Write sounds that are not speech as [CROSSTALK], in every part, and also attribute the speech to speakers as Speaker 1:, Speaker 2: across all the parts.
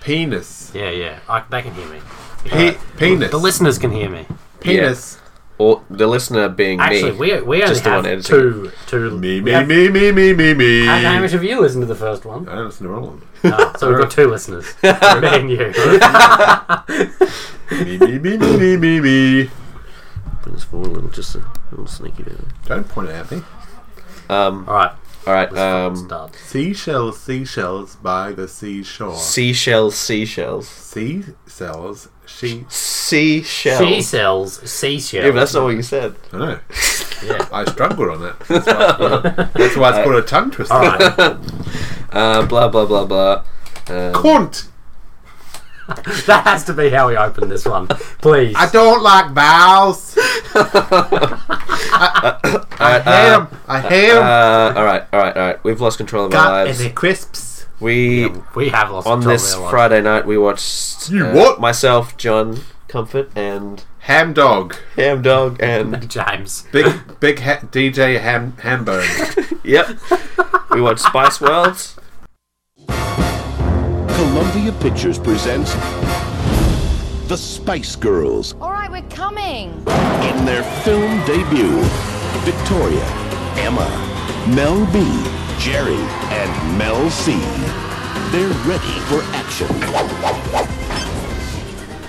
Speaker 1: penis.
Speaker 2: Yeah, yeah. I, they can hear me.
Speaker 1: Pe- penis.
Speaker 2: The listeners can hear me.
Speaker 1: penis.
Speaker 3: Or the listener being
Speaker 2: Actually,
Speaker 3: me.
Speaker 2: we, we only
Speaker 3: Just the one
Speaker 2: have
Speaker 3: editing.
Speaker 2: two. two
Speaker 1: Me,
Speaker 2: we
Speaker 1: me,
Speaker 2: have-
Speaker 1: me, me, me, me, me.
Speaker 2: How, how much have you listened to the first
Speaker 1: [LAUGHS]
Speaker 2: one?
Speaker 1: I don't listen to all of them.
Speaker 2: Ah, so we've got two
Speaker 3: [LAUGHS]
Speaker 2: listeners. [LAUGHS] me and you.
Speaker 1: me, me, me, me, me, me, me.
Speaker 3: Bring us forward a little,
Speaker 1: uh,
Speaker 3: just a little sneaky bit.
Speaker 1: Don't point it at me.
Speaker 3: Um,
Speaker 2: All right.
Speaker 3: all right.
Speaker 2: let's
Speaker 3: Um,
Speaker 2: start.
Speaker 1: Seashells, seashells by the seashore.
Speaker 3: seashells, seashells,
Speaker 1: sea cells, she.
Speaker 3: seashells.
Speaker 2: She sells seashells.
Speaker 3: yeah, but that's not what you said.
Speaker 1: I know.
Speaker 2: Yeah.
Speaker 1: I struggled on that. That's why it's called a, that's why it's called a tongue twister.
Speaker 2: All
Speaker 3: [LAUGHS]
Speaker 2: right. [LAUGHS]
Speaker 3: Uh, blah blah blah blah. Um,
Speaker 1: Cunt!
Speaker 2: that has to be how we open this one. Please.
Speaker 1: I don't like vowels. I, I hate 'em. I hate 'em.
Speaker 3: uh, all right, all right, all right. We've lost control of our
Speaker 1: Got
Speaker 3: lives.
Speaker 1: any crisps?
Speaker 3: We
Speaker 2: Um, we have lost
Speaker 3: on
Speaker 2: control
Speaker 3: this
Speaker 2: of our lives.
Speaker 3: Friday night we watched uh,
Speaker 1: You what?
Speaker 3: myself, John Comfort, and
Speaker 1: Ham dog.
Speaker 3: Ham Dog, and
Speaker 2: [LAUGHS] James.
Speaker 1: Big big ha- DJ Ham Hambone.
Speaker 3: yep, we watched Spice World.
Speaker 4: Columbia Pictures presents The Spice Girls
Speaker 5: All right, we're coming.
Speaker 4: in their film debut. Victoria, Emma, Mel B, Jerry, and Mel C. They're ready for action.
Speaker 2: [LAUGHS]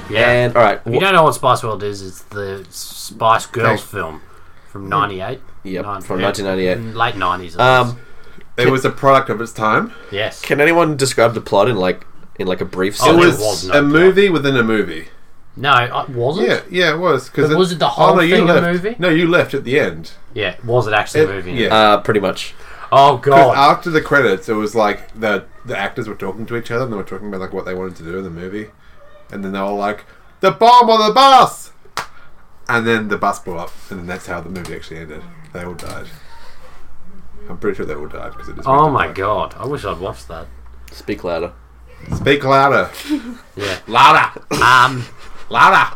Speaker 2: Yeah.
Speaker 3: And all right,
Speaker 2: If you don't know what Spice World is, it's the Spice Girls
Speaker 1: Thanks.
Speaker 2: film from '98.
Speaker 3: yep,
Speaker 2: Nine-
Speaker 3: from
Speaker 2: yeah.
Speaker 3: 1998.
Speaker 2: Late '90s.
Speaker 3: Um,
Speaker 1: it was a product of its time.
Speaker 2: yes.
Speaker 3: can anyone describe the plot in like in like a brief
Speaker 2: Oh,
Speaker 1: It
Speaker 2: there
Speaker 3: sentence?
Speaker 1: was,
Speaker 2: was no
Speaker 1: a
Speaker 2: plot.
Speaker 1: movie within a movie.
Speaker 2: no, it wasn't.
Speaker 1: Yeah, yeah, it was. Cause
Speaker 2: But was it the whole
Speaker 1: you
Speaker 2: thing a
Speaker 1: left,
Speaker 2: movie?
Speaker 1: No, you left at the end.
Speaker 2: Yeah, was it actually
Speaker 1: It-
Speaker 2: a movie?
Speaker 1: yeah.
Speaker 3: uh, pretty much.
Speaker 2: Oh
Speaker 1: 'Cause
Speaker 2: god.
Speaker 1: after the credits, it was like the the actors were talking to each other and they were talking about like what they wanted to do in the movie, and then they were like, "The bomb on the bus," and then the bus blew up, and then that's how the movie actually ended. They all died. I'm pretty sure they all died because it just.
Speaker 2: Oh
Speaker 1: went
Speaker 2: my
Speaker 1: to-
Speaker 2: god. I wish I'd watched that.
Speaker 3: Speak louder.
Speaker 1: Speak louder.
Speaker 2: Yeah.
Speaker 3: [COUGHS] Louder.
Speaker 2: Um.
Speaker 3: Louder.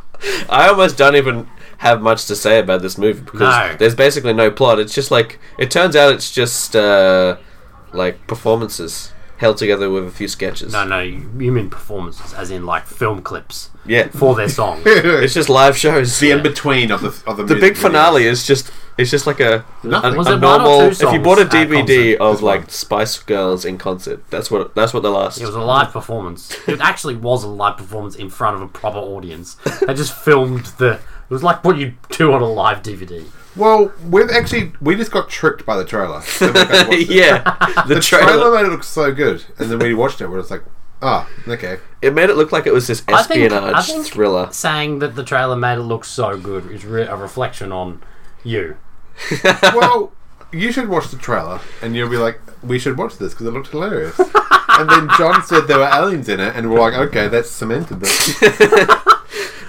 Speaker 3: I almost don't even have much to say about this movie because
Speaker 2: No.
Speaker 3: there's basically no plot. It's just like it turns out it's just uh, like performances held together with a few sketches.
Speaker 2: No, no. You you mean performances, as in like film clips
Speaker 3: Yeah,
Speaker 2: for their song.
Speaker 3: [LAUGHS] it's just live shows.
Speaker 1: The in between of the of the,
Speaker 3: the big finale is just it's just like a, a,
Speaker 1: Nothing.
Speaker 2: Was
Speaker 3: a
Speaker 2: it one or
Speaker 3: normal.
Speaker 2: two
Speaker 3: If you
Speaker 2: songs
Speaker 3: bought a
Speaker 2: at
Speaker 3: DVD
Speaker 2: concert?
Speaker 3: of
Speaker 1: Just one.
Speaker 3: like Spice Girls in concert, that's what that's what the last.
Speaker 2: It
Speaker 3: [LAUGHS]
Speaker 2: was a live performance. It actually was a live performance in front of a proper audience. They just filmed the. It was like what you do on a live DVD.
Speaker 1: Well, we've actually we just got tricked by the trailer. So we got watched it. [LAUGHS]
Speaker 3: yeah, the,
Speaker 1: The
Speaker 3: trailer,
Speaker 1: trailer. made it look so good, and then we [LAUGHS] watched it. We're just like, ah, [LAUGHS] okay.
Speaker 3: It made it look like it was this
Speaker 2: I think-
Speaker 3: espionage
Speaker 2: I think
Speaker 3: thriller.
Speaker 2: Saying that the trailer made it look so good is re- a reflection on you.
Speaker 1: Well, you should watch the trailer, and you'll be like, we should watch this because it looked hilarious. and then [LAUGHS] John said there were aliens in it, and we're like, okay, that's cemented [LAUGHS] this.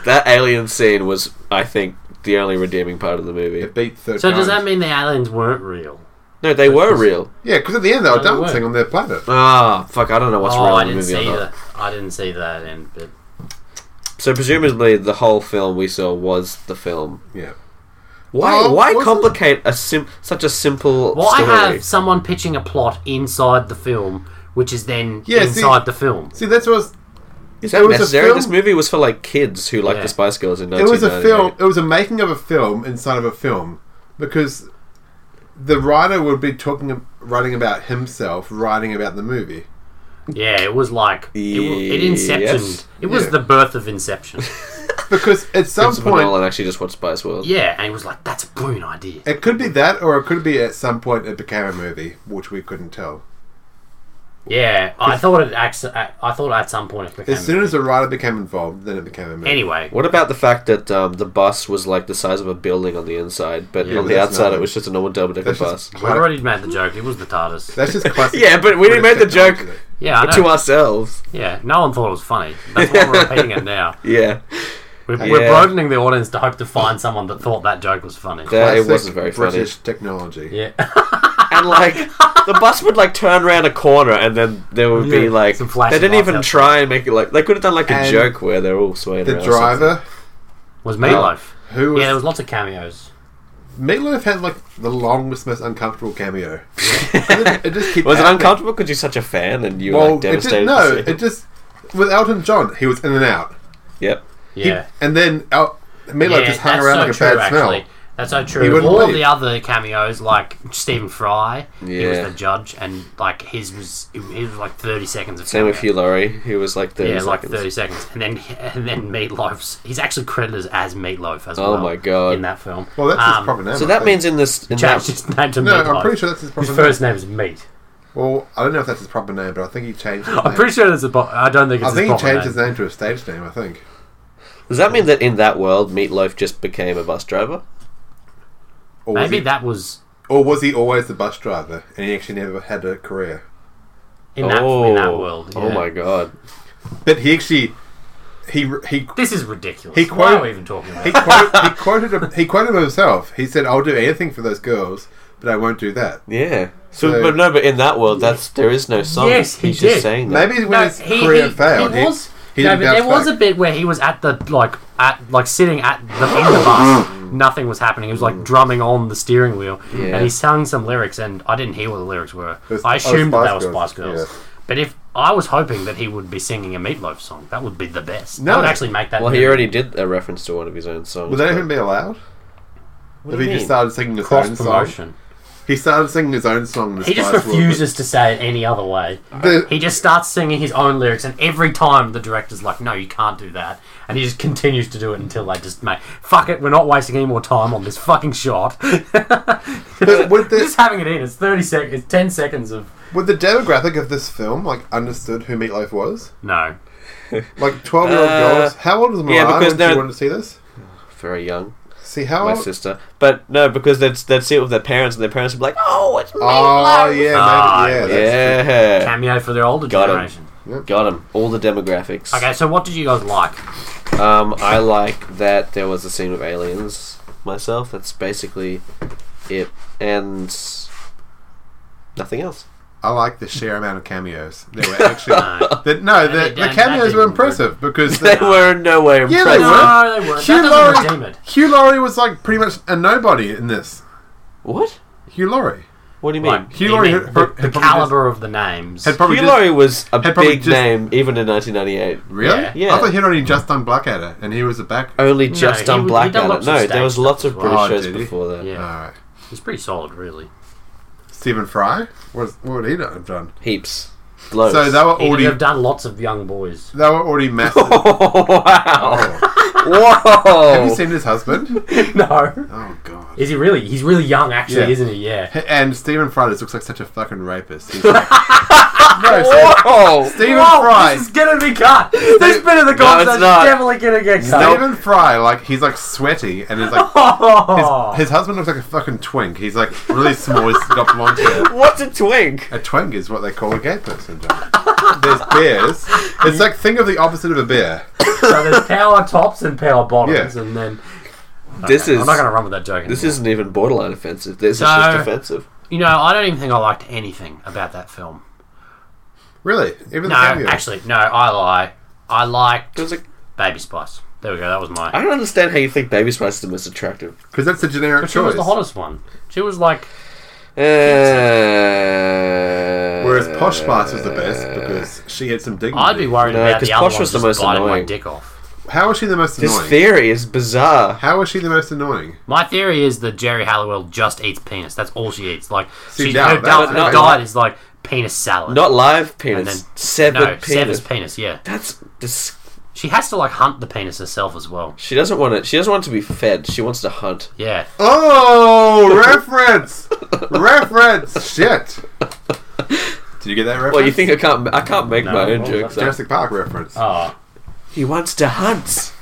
Speaker 3: That alien scene was, I think, the only redeeming part of the movie.
Speaker 1: It beat third.
Speaker 2: So does
Speaker 1: Kind.
Speaker 2: that mean the aliens weren't real?
Speaker 3: No, they were real.
Speaker 1: Yeah, because at the end they were
Speaker 2: No, they
Speaker 1: dancing
Speaker 2: weren't.
Speaker 1: on their planet.
Speaker 3: Ah, fuck! I don't know what's
Speaker 2: oh,
Speaker 3: real
Speaker 2: I
Speaker 3: in the
Speaker 2: didn't
Speaker 3: movie
Speaker 2: see
Speaker 3: or not.
Speaker 2: that. I didn't see that end. But
Speaker 3: So presumably, the whole film we saw was the film.
Speaker 1: Yeah.
Speaker 3: Why?
Speaker 1: Oh,
Speaker 3: why
Speaker 1: was it?
Speaker 3: complicate a sim- such a simple
Speaker 2: well,
Speaker 3: story?
Speaker 2: I have someone pitching a plot inside the film, which is then
Speaker 1: Yeah, see-
Speaker 2: inside the film.
Speaker 1: See, that's what was.
Speaker 3: Is
Speaker 1: It
Speaker 3: that
Speaker 1: was a
Speaker 3: necessary?
Speaker 1: film-
Speaker 3: This movie was for like kids who like
Speaker 2: Yeah.
Speaker 3: the Spice Girls in
Speaker 1: It was a
Speaker 3: 1998.
Speaker 1: film. It was a making of a film inside of a film, because the writer would be talking, writing about himself, writing about the movie.
Speaker 2: Yeah, it was like it, w- it inceptioned.
Speaker 3: Yes.
Speaker 2: It was
Speaker 1: Yeah.
Speaker 2: the birth of Inception.
Speaker 1: Because at some
Speaker 3: Christopher
Speaker 1: point,
Speaker 3: Nolan actually just watched Spice World.
Speaker 2: yeah, and it was like that's a brilliant idea.
Speaker 1: It could be that, or it could be at some point it became a movie, which we couldn't tell.
Speaker 2: Yeah, I thought it. Acts, I I thought at some point it became.
Speaker 1: As soon as the writer became involved, then it became a movie.
Speaker 2: anyway,
Speaker 3: What about the fact that um, the bus was like the size of a building on the inside, but on
Speaker 1: but
Speaker 3: the
Speaker 1: that's
Speaker 3: outside
Speaker 1: not-
Speaker 3: it was just a normal double decker
Speaker 1: that's
Speaker 3: bus?
Speaker 1: just,
Speaker 2: we already made the joke. It was the TARDIS.
Speaker 3: [LAUGHS]
Speaker 1: that's just classic.
Speaker 3: Yeah, but we didn't
Speaker 1: British
Speaker 3: make the joke.
Speaker 1: technology.
Speaker 2: Yeah, I know.
Speaker 3: To ourselves,
Speaker 2: Yeah, no one thought it was funny. That's why we're repeating it now.
Speaker 3: yeah,
Speaker 2: We're, we're
Speaker 3: Yeah.
Speaker 2: broadening the audience to hope to find someone that thought that joke was funny.
Speaker 3: that, it
Speaker 1: Classic
Speaker 3: wasn't very funny.
Speaker 1: British technology.
Speaker 2: yeah,
Speaker 1: [LAUGHS]
Speaker 3: And like the bus would like turn around a corner, and then there would be
Speaker 2: Yeah,
Speaker 3: like
Speaker 2: some
Speaker 3: they
Speaker 2: flashing
Speaker 3: didn't
Speaker 2: lights
Speaker 3: even
Speaker 2: outside.
Speaker 3: try and make it like they could have done like a
Speaker 1: And
Speaker 3: joke where they're all swaying
Speaker 1: The
Speaker 3: around. or
Speaker 1: driver,
Speaker 2: was Meatloaf.
Speaker 1: who was,
Speaker 2: Yeah, there was lots of cameos.
Speaker 1: Meatloaf had like the longest, most uncomfortable
Speaker 3: [LAUGHS]
Speaker 1: cameo. it, it just kept
Speaker 3: something. Was it
Speaker 1: happening.
Speaker 3: uncomfortable because you're such a fan and you were
Speaker 1: Well,
Speaker 3: like
Speaker 1: it just,
Speaker 3: devastated? to
Speaker 1: no,
Speaker 3: see
Speaker 1: it just with Elton John, he was in and out.
Speaker 3: Yep.
Speaker 1: He-
Speaker 2: Yeah.
Speaker 1: and then El- Meatloaf just hung
Speaker 2: that's
Speaker 1: around
Speaker 2: so
Speaker 1: like a
Speaker 2: true,
Speaker 1: bad
Speaker 2: actually.
Speaker 1: smell.
Speaker 2: That's so
Speaker 1: He
Speaker 2: true.
Speaker 1: wouldn't
Speaker 2: All
Speaker 1: leave.
Speaker 2: the other cameos, like Stephen Fry, he was
Speaker 3: Yeah.
Speaker 2: the judge, and like his was it was like thirty seconds of
Speaker 3: Same with
Speaker 2: cameo.
Speaker 3: Hugh Laurie, who was like thirty
Speaker 2: Yeah, like
Speaker 3: seconds.
Speaker 2: thirty seconds, and then [LAUGHS] and then Meatloaf's. He's actually credited as Meatloaf as
Speaker 3: Oh
Speaker 2: well.
Speaker 3: my God.
Speaker 2: In that film.
Speaker 1: Well, that's his
Speaker 2: Um,
Speaker 1: proper name.
Speaker 3: So
Speaker 1: I
Speaker 3: that
Speaker 1: think.
Speaker 3: means in this, in
Speaker 2: Changed
Speaker 3: that,
Speaker 2: his name to
Speaker 1: no,
Speaker 2: Meatloaf.
Speaker 1: I'm pretty sure that's his proper
Speaker 2: his
Speaker 1: name.
Speaker 2: first name is Meat.
Speaker 1: Well, I don't know if that's his proper name, but I think he changed. His
Speaker 2: I'm
Speaker 1: name.
Speaker 2: pretty sure that's a. Bo- I don't think it's.
Speaker 1: I think he
Speaker 2: his
Speaker 1: changed
Speaker 2: proper name.
Speaker 1: his name to a stage name. I think.
Speaker 3: does that mean that in that world, Meatloaf just became a bus driver?
Speaker 1: Or was,
Speaker 2: Maybe
Speaker 1: he,
Speaker 2: that was
Speaker 1: or was he always the bus driver, and he actually never had a career?
Speaker 2: in that in that world.
Speaker 3: Oh
Speaker 2: yeah.
Speaker 3: my god.
Speaker 1: But he actually, he he
Speaker 2: This is ridiculous.
Speaker 1: He
Speaker 2: Why are
Speaker 1: quote-
Speaker 2: we even talking
Speaker 1: [LAUGHS]
Speaker 2: about?
Speaker 1: he,
Speaker 2: it?
Speaker 1: quote,
Speaker 2: [LAUGHS]
Speaker 1: he quoted him- he quoted himself. He said, "I'll do anything for those girls, but I won't do that."
Speaker 3: Yeah. So,
Speaker 1: So-
Speaker 3: but no, but in that world, that's there is no song.
Speaker 2: Yes, he
Speaker 3: He's
Speaker 2: did.
Speaker 3: just saying that.
Speaker 1: Maybe when his career failed,
Speaker 2: He was.
Speaker 1: he
Speaker 2: no,
Speaker 1: didn't
Speaker 2: but there
Speaker 1: bounce
Speaker 2: was
Speaker 1: back.
Speaker 2: a bit where he was at the like at like sitting at the in the
Speaker 3: Mm.
Speaker 2: bus. Nothing was happening. He was like drumming on the steering wheel,
Speaker 3: Yeah.
Speaker 2: and he sang some lyrics, and I didn't hear what the lyrics were.
Speaker 1: was-
Speaker 2: I
Speaker 1: oh,
Speaker 2: assumed that
Speaker 1: Spice
Speaker 2: they were
Speaker 1: Girls,
Speaker 2: Spice Girls.
Speaker 1: yeah.
Speaker 2: But if I was hoping that he would be singing a Meatloaf song, that would be the best.
Speaker 1: No.
Speaker 2: That would actually make that.
Speaker 3: Well, he
Speaker 2: movie.
Speaker 3: already did a reference to one of his own songs.
Speaker 1: Would that even be allowed?
Speaker 3: What
Speaker 1: If he
Speaker 3: do you
Speaker 1: just
Speaker 3: mean?
Speaker 1: started singing his
Speaker 2: cross
Speaker 1: own song,
Speaker 2: promotion.
Speaker 1: he started singing his own song. in the
Speaker 2: He just
Speaker 1: Spice World,
Speaker 2: refuses to say it any other way.
Speaker 1: The-
Speaker 2: he just starts singing his own lyrics, and every time the director's like, "No, you can't do that," and he just continues to do it until they just make, "Fuck it, we're not wasting any more time on this fucking shot." [LAUGHS]
Speaker 1: but- But would
Speaker 2: just
Speaker 1: the
Speaker 2: having it in. It's thirty seconds. It's ten seconds of
Speaker 1: would the demographic of this film like understood who Meatloaf was?
Speaker 2: no.
Speaker 1: Like twelve year old
Speaker 3: Uh,
Speaker 1: girls. How old was Mariah
Speaker 3: yeah, because
Speaker 1: when she
Speaker 3: they're-
Speaker 1: wanted to see this?
Speaker 3: Very young.
Speaker 1: See how?
Speaker 3: My
Speaker 1: old-
Speaker 3: sister. But no, because they'd, they'd see it with their parents, and their parents would be like, oh, it's
Speaker 1: Oh
Speaker 3: Meatloaf.
Speaker 1: yeah,
Speaker 2: Ah,
Speaker 1: maybe, yeah. that's-
Speaker 3: yeah.
Speaker 2: Cameo for the older
Speaker 3: Got him.
Speaker 2: generation.
Speaker 3: Got him. All the demographics.
Speaker 2: Okay, so what did you guys
Speaker 3: [LAUGHS]
Speaker 2: like?
Speaker 3: Um, I like that there was a scene with aliens myself. That's basically it. And nothing else. [LAUGHS]
Speaker 1: I like the sheer amount of cameos. They were actually
Speaker 2: No.
Speaker 1: that, no, the, the
Speaker 2: they don't- that
Speaker 1: cameos
Speaker 2: didn't
Speaker 1: were
Speaker 2: work.
Speaker 1: impressive because
Speaker 3: [LAUGHS] They
Speaker 1: they,
Speaker 3: were in no way
Speaker 1: yeah,
Speaker 3: impressive.
Speaker 1: they were.
Speaker 2: No, they weren't.
Speaker 1: Hugh
Speaker 2: That doesn't redeem
Speaker 1: Laurie,
Speaker 2: it.
Speaker 1: Hugh Laurie was like pretty much a nobody in this.
Speaker 3: What?
Speaker 1: Hugh Laurie
Speaker 3: What do you mean?
Speaker 2: Like,
Speaker 1: Hugh
Speaker 2: you
Speaker 1: Laurie
Speaker 2: mean
Speaker 1: had-
Speaker 2: the,
Speaker 1: had
Speaker 2: the
Speaker 1: probably
Speaker 2: caliber of the names.
Speaker 1: had probably
Speaker 3: Hugh
Speaker 1: just,
Speaker 3: Laurie was a
Speaker 1: had probably
Speaker 3: big
Speaker 1: just-
Speaker 3: name even in 1998.
Speaker 1: really.
Speaker 2: Yeah.
Speaker 3: Yeah. Oh,
Speaker 1: I thought he'd only just done Blackadder, and he was a back.
Speaker 3: Only just
Speaker 2: he
Speaker 3: done
Speaker 2: was- he done
Speaker 3: Blackadder.
Speaker 2: lots of
Speaker 3: No,
Speaker 2: stage
Speaker 3: there was lots of
Speaker 2: stuff as
Speaker 3: British
Speaker 2: well.
Speaker 1: Oh,
Speaker 3: shows
Speaker 1: did he?
Speaker 3: before that.
Speaker 2: yeah,
Speaker 1: All right.
Speaker 2: he's pretty solid, really.
Speaker 1: uh, Stephen Fry. What, what would he not have done?
Speaker 3: Heaps. Loads.
Speaker 1: So
Speaker 3: [LAUGHS]
Speaker 1: they were
Speaker 2: He would
Speaker 1: already
Speaker 2: have done lots of young
Speaker 1: [LAUGHS]
Speaker 2: boys.
Speaker 1: they were already massive.
Speaker 3: wow.
Speaker 1: Oh.
Speaker 3: Whoa.
Speaker 2: Oh.
Speaker 1: Have you seen his husband?
Speaker 2: [LAUGHS] no.
Speaker 1: Oh god.
Speaker 2: Is he really? He's really young, actually,
Speaker 1: Yeah.
Speaker 2: isn't he? Yeah.
Speaker 1: And Stephen Fry just looks like such a fucking rapist. He's
Speaker 2: [LAUGHS]
Speaker 1: like, no, Stephen- [LAUGHS]
Speaker 3: Whoa.
Speaker 1: Stephen
Speaker 2: Whoa,
Speaker 1: Fry.
Speaker 2: This is gonna be cut. This bit of the conversation is
Speaker 3: not.
Speaker 2: definitely gonna get cut.
Speaker 1: Stephen Fry, like he's like sweaty, and he's like
Speaker 2: [LAUGHS] Oh.
Speaker 1: his, his husband looks like a fucking twink. He's like really small. He's got blonde hair.
Speaker 3: What's a twink?
Speaker 1: A twink is what they call a gay person. John.
Speaker 2: [LAUGHS]
Speaker 1: There's bears. It's like think of the opposite of a bear.
Speaker 2: [LAUGHS] so there's power tops and power bottoms,
Speaker 1: Yeah.
Speaker 2: and then
Speaker 3: This is.
Speaker 2: I'm not gonna run with that joke.
Speaker 3: This
Speaker 2: anymore.
Speaker 3: isn't even borderline offensive. This is
Speaker 2: No.
Speaker 3: just offensive.
Speaker 2: you know, I don't even think I liked anything about that film.
Speaker 1: Really? Even
Speaker 2: No,
Speaker 1: the cameo.
Speaker 2: actually, no, I lie. I liked
Speaker 3: It was like,
Speaker 2: Baby Spice. There we go. That was my.
Speaker 3: I don't understand how you think Baby Spice is the most attractive.
Speaker 1: because that's a generic
Speaker 2: she was
Speaker 1: choice.
Speaker 2: the hottest one. She was like
Speaker 3: Uh,
Speaker 1: Whereas Posh Spice was the best because she had some dignity.
Speaker 2: I'd be worried
Speaker 3: No,
Speaker 2: about
Speaker 3: 'cause
Speaker 2: the other
Speaker 3: Posh
Speaker 2: one
Speaker 3: was
Speaker 2: was
Speaker 3: the
Speaker 2: just
Speaker 3: most
Speaker 2: biting my
Speaker 3: annoying.
Speaker 2: dick off.
Speaker 1: How is she the most
Speaker 3: This
Speaker 1: annoying?
Speaker 3: theory is bizarre.
Speaker 1: How is she the most annoying?
Speaker 2: My theory is that Jerry Halliwell just eats penis. That's all she eats. Like
Speaker 1: See,
Speaker 2: she,
Speaker 1: now
Speaker 2: her,
Speaker 1: that's
Speaker 2: diet,
Speaker 3: not-
Speaker 2: her diet is like penis salad.
Speaker 3: Not live
Speaker 2: and
Speaker 3: penis.
Speaker 2: then
Speaker 3: severed
Speaker 2: no,
Speaker 3: penis.
Speaker 2: severs penis. Yeah,
Speaker 3: That's dis-
Speaker 2: she has to like hunt the penis herself as well.
Speaker 3: She doesn't want it. She doesn't want to be fed. She wants to hunt.
Speaker 2: Yeah,
Speaker 3: [LAUGHS]
Speaker 1: Oh, reference, reference, shit. Did you get that reference?
Speaker 3: Well, you think I can't? I can't make my own
Speaker 2: well,
Speaker 3: jokes. up.
Speaker 1: Jurassic Park reference?
Speaker 2: oh,
Speaker 3: He wants to hunt.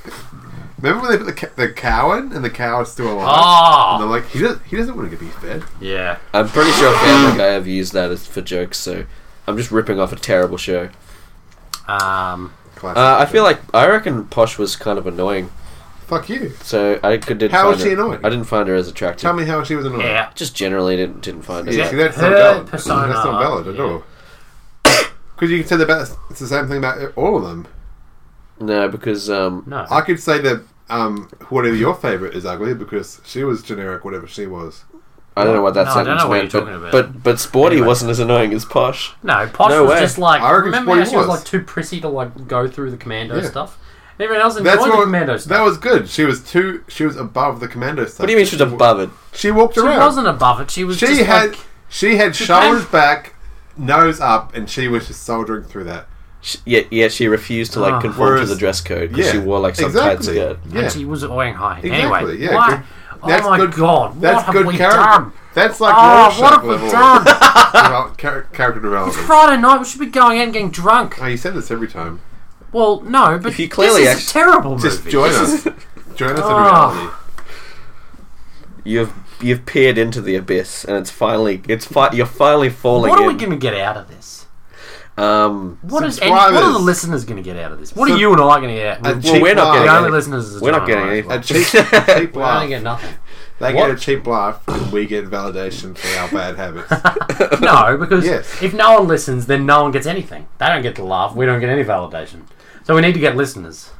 Speaker 1: Remember when they put the, ca- the cow in and the cow is still alive? And
Speaker 2: oh,
Speaker 1: they're like, he doesn't, he doesn't want to get be fed.
Speaker 2: yeah.
Speaker 3: I'm pretty sure Family Guy have used that as for jokes. So I'm just ripping off a terrible show.
Speaker 2: Um,
Speaker 1: Classic.
Speaker 3: Uh, I feel like I reckon Posh was kind of annoying.
Speaker 1: Fuck you.
Speaker 3: So I could didn't.
Speaker 1: How
Speaker 3: find
Speaker 1: was she
Speaker 3: her-
Speaker 1: annoying?
Speaker 3: I didn't find her as attractive.
Speaker 1: Tell me how she was annoying.
Speaker 2: yeah.
Speaker 3: Just generally didn't didn't find her.
Speaker 1: Yeah,
Speaker 3: that-
Speaker 1: see, that's not
Speaker 2: Her
Speaker 1: valid.
Speaker 2: persona,
Speaker 1: that's not valid at
Speaker 2: yeah.
Speaker 1: all. [COUGHS] Because you can say the best. It's the same thing about all of them.
Speaker 3: No, because um,
Speaker 2: No.
Speaker 1: I could say that um, whatever your favorite is ugly because she was generic, whatever she was.
Speaker 3: I don't know what that
Speaker 2: No, I don't
Speaker 3: sentence
Speaker 2: know what
Speaker 3: meant,
Speaker 2: you're
Speaker 3: but,
Speaker 2: talking about.
Speaker 3: but but sporty
Speaker 2: Anyway.
Speaker 3: wasn't as annoying as posh.
Speaker 2: No, Posh
Speaker 3: No
Speaker 2: was
Speaker 3: way.
Speaker 2: just like
Speaker 1: I reckon
Speaker 2: remember
Speaker 1: Spotty
Speaker 2: how she was
Speaker 1: was.
Speaker 2: like too prissy to like go through the commando
Speaker 1: Yeah.
Speaker 2: stuff. And everyone else enjoyed
Speaker 1: That's
Speaker 2: the
Speaker 1: what
Speaker 2: commando stuff.
Speaker 1: that was good. She was too. She was above the commando stuff.
Speaker 3: What do you mean she was above it?
Speaker 1: She walked
Speaker 2: she
Speaker 1: around.
Speaker 2: wasn't above it. She was
Speaker 1: she
Speaker 2: just
Speaker 1: had
Speaker 2: like
Speaker 1: she had shoulders back, nose up, and she was just soldiering through that.
Speaker 3: She, yeah, yeah, she refused to like
Speaker 2: Ah.
Speaker 3: conform
Speaker 1: Whereas-
Speaker 3: to the dress code because
Speaker 1: Yeah,
Speaker 3: she wore like some tight
Speaker 1: exactly.
Speaker 3: skirt.
Speaker 1: Yeah,
Speaker 2: and she was wearing high. anyway,
Speaker 1: Exactly, yeah,
Speaker 2: why?
Speaker 1: good-
Speaker 2: oh my god,
Speaker 1: that's
Speaker 2: what
Speaker 1: good
Speaker 2: have we
Speaker 1: character.
Speaker 2: done?
Speaker 1: That's like
Speaker 2: Oh,
Speaker 1: Rorschach
Speaker 2: what have we
Speaker 1: level
Speaker 2: done?
Speaker 1: develop- [LAUGHS] char- character development.
Speaker 2: Friday night, we should be going out and getting drunk.
Speaker 1: Oh, you said this every time.
Speaker 2: Well, no, but
Speaker 3: If you clearly
Speaker 2: this is
Speaker 3: act-
Speaker 2: a terrible
Speaker 1: Just
Speaker 2: movie.
Speaker 1: join us. Join us in
Speaker 2: Oh.
Speaker 1: reality.
Speaker 3: You've you've peered into the abyss, and it's finally it's fi- you're finally falling
Speaker 2: what are we
Speaker 3: in.
Speaker 2: going to get out of this?
Speaker 3: um,
Speaker 2: What is and what are the
Speaker 1: Subscribers.
Speaker 2: listeners going to get out of this? What are
Speaker 1: Sub-
Speaker 2: you and I going to get out?
Speaker 1: A
Speaker 2: of
Speaker 1: cheap
Speaker 3: well, we're not
Speaker 1: laugh.
Speaker 2: the
Speaker 3: getting
Speaker 2: only
Speaker 3: it.
Speaker 2: listeners is
Speaker 3: We're not
Speaker 2: John
Speaker 3: getting
Speaker 2: and I as
Speaker 3: anything.
Speaker 1: A
Speaker 2: well.
Speaker 1: cheap, a
Speaker 3: [LAUGHS]
Speaker 1: cheap
Speaker 2: We're going to
Speaker 1: laugh.
Speaker 2: get nothing.
Speaker 1: They
Speaker 3: What?
Speaker 1: get a cheap laugh, and we get validation for our bad
Speaker 2: [LAUGHS]
Speaker 1: habits.
Speaker 2: No, because
Speaker 1: Yes.
Speaker 2: if no one listens, then no one gets anything. They don't get the laugh. We don't get any validation. So we need to get listeners.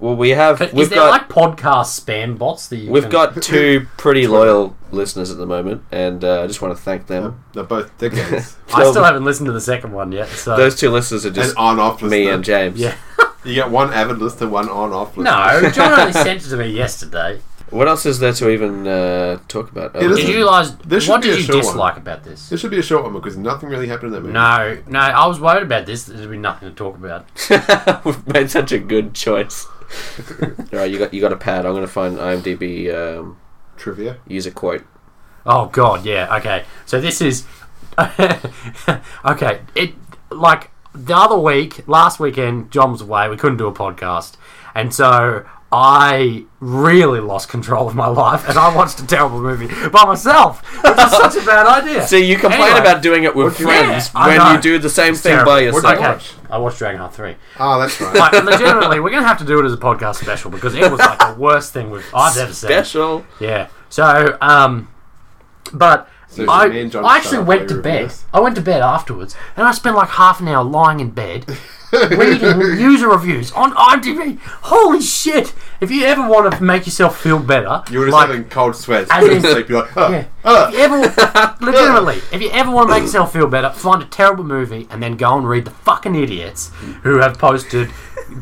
Speaker 3: Well, we have
Speaker 2: But
Speaker 3: we've
Speaker 2: is there
Speaker 3: got
Speaker 2: like podcast spam bots that you
Speaker 3: we've
Speaker 2: can-
Speaker 3: got two pretty loyal listeners at the moment, and uh, I just want to thank them.
Speaker 1: They're both dickheads.
Speaker 2: I still haven't listened to the second one yet. So
Speaker 3: Those two listeners are
Speaker 1: An
Speaker 3: just
Speaker 1: on-off listener.
Speaker 3: me and James.
Speaker 2: yeah,
Speaker 1: You get one avid listener, one on-off listener.
Speaker 3: [LAUGHS]
Speaker 2: no, John only sent it to me yesterday.
Speaker 3: What else is there to even uh, talk about?
Speaker 1: It
Speaker 2: Did
Speaker 1: isn't-
Speaker 2: you realise
Speaker 1: This should
Speaker 2: what
Speaker 1: be
Speaker 2: did
Speaker 1: a
Speaker 2: you
Speaker 1: short one.
Speaker 2: dislike about this?
Speaker 1: This should be a short one because nothing really happened in that movie.
Speaker 2: No, no, I was worried about this. There'd be nothing to talk about.
Speaker 3: [LAUGHS] We've made such a good choice. [LAUGHS] All right, you got you got a pad. I'm going to find IMDb um,
Speaker 1: Trivia.
Speaker 3: user quote.
Speaker 2: Oh god, yeah. Okay, so this is [LAUGHS] okay. It like the other week, last weekend, John was away. We couldn't do a podcast, and so I really lost control of my life, and I watched a terrible movie by myself, which was such a bad idea.
Speaker 3: See, you complain
Speaker 2: Anyway,
Speaker 3: about doing it with
Speaker 1: do you-
Speaker 3: friends
Speaker 2: Yeah, I
Speaker 3: when
Speaker 2: know.
Speaker 3: you do the same
Speaker 2: it's
Speaker 3: thing
Speaker 2: terrible.
Speaker 3: by
Speaker 1: What
Speaker 3: yourself.
Speaker 1: do you
Speaker 2: Okay,
Speaker 1: watch?
Speaker 2: I watched Dragon Heart three.
Speaker 1: Ah, that's right.
Speaker 2: Like, legitimately, we're gonna have to do it as a podcast special because it was like the worst thing we've I've ever seen.
Speaker 3: Special.
Speaker 2: Yeah. So, um, but
Speaker 1: So
Speaker 2: I,
Speaker 1: me and John
Speaker 2: I actually
Speaker 1: shut up
Speaker 2: went
Speaker 1: while
Speaker 2: to
Speaker 1: you
Speaker 2: bed.
Speaker 1: review this.
Speaker 2: I went to bed afterwards, and I spent like half an hour lying
Speaker 1: [LAUGHS]
Speaker 2: in bed reading user reviews on IMDb. Holy shit! If you ever want to make yourself feel better,
Speaker 1: you were just
Speaker 2: like,
Speaker 1: having cold sweats.
Speaker 2: as
Speaker 1: You couldn't
Speaker 2: in-
Speaker 1: sleep. You're [LAUGHS] like, ah,
Speaker 2: yeah.
Speaker 1: ah.
Speaker 2: If you ever, legitimately, if you ever want to make yourself feel better, find a terrible movie and then go and read the fucking idiots who have posted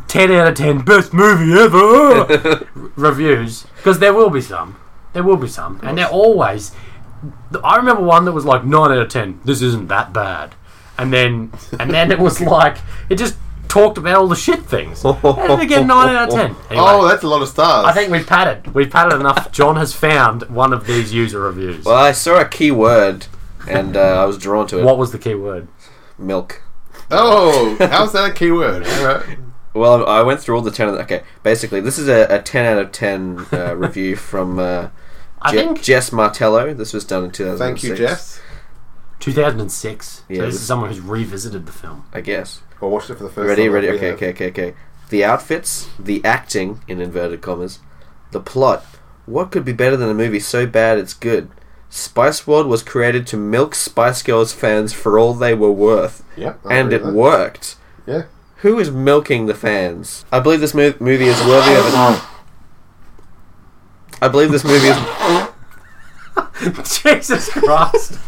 Speaker 2: 10 out of 10 best movie ever reviews. Because there will be some. There will be some. And they're always. I remember one that was like 9 out of 10. This isn't that bad. And then, and then it was like it just talked about all the shit things. How did it get nine out of ten? Anyway.
Speaker 1: Oh, that's a lot of stars.
Speaker 2: I think we've padded. We've padded enough. John has found one of these user reviews.
Speaker 3: Well, I saw a key word and uh, I was drawn to it.
Speaker 2: What was the key word?
Speaker 3: Milk.
Speaker 2: [LAUGHS]
Speaker 1: Oh, how's that a keyword?
Speaker 3: Well, I went through all the 10 of the, Okay, basically, this is a, a 10 out of 10
Speaker 2: [LAUGHS]
Speaker 3: uh, review from uh,
Speaker 2: I
Speaker 3: Je-
Speaker 2: think
Speaker 3: Jess Martello. This was done in 2006.
Speaker 1: Thank you, Jess.
Speaker 2: 2006.
Speaker 3: Yeah,
Speaker 2: so this
Speaker 3: this-
Speaker 2: is someone who's revisited the film. [LAUGHS]
Speaker 3: I guess.
Speaker 1: Well, watched it for the first
Speaker 3: Ready,
Speaker 1: time.
Speaker 3: ready,
Speaker 1: We
Speaker 3: okay,
Speaker 1: have.
Speaker 3: okay, okay, okay. The outfits, the acting, in inverted commas, the plot. What could be better than a movie so bad it's good? Spice World was created to milk Spice Girls fans for all they were worth.
Speaker 1: Yep, I
Speaker 3: and
Speaker 1: agree
Speaker 3: it
Speaker 1: with that.
Speaker 3: worked.
Speaker 1: Yeah.
Speaker 3: Who is milking the fans? I believe this mo- movie is worthy of an. I believe this movie is.
Speaker 2: Jesus Christ!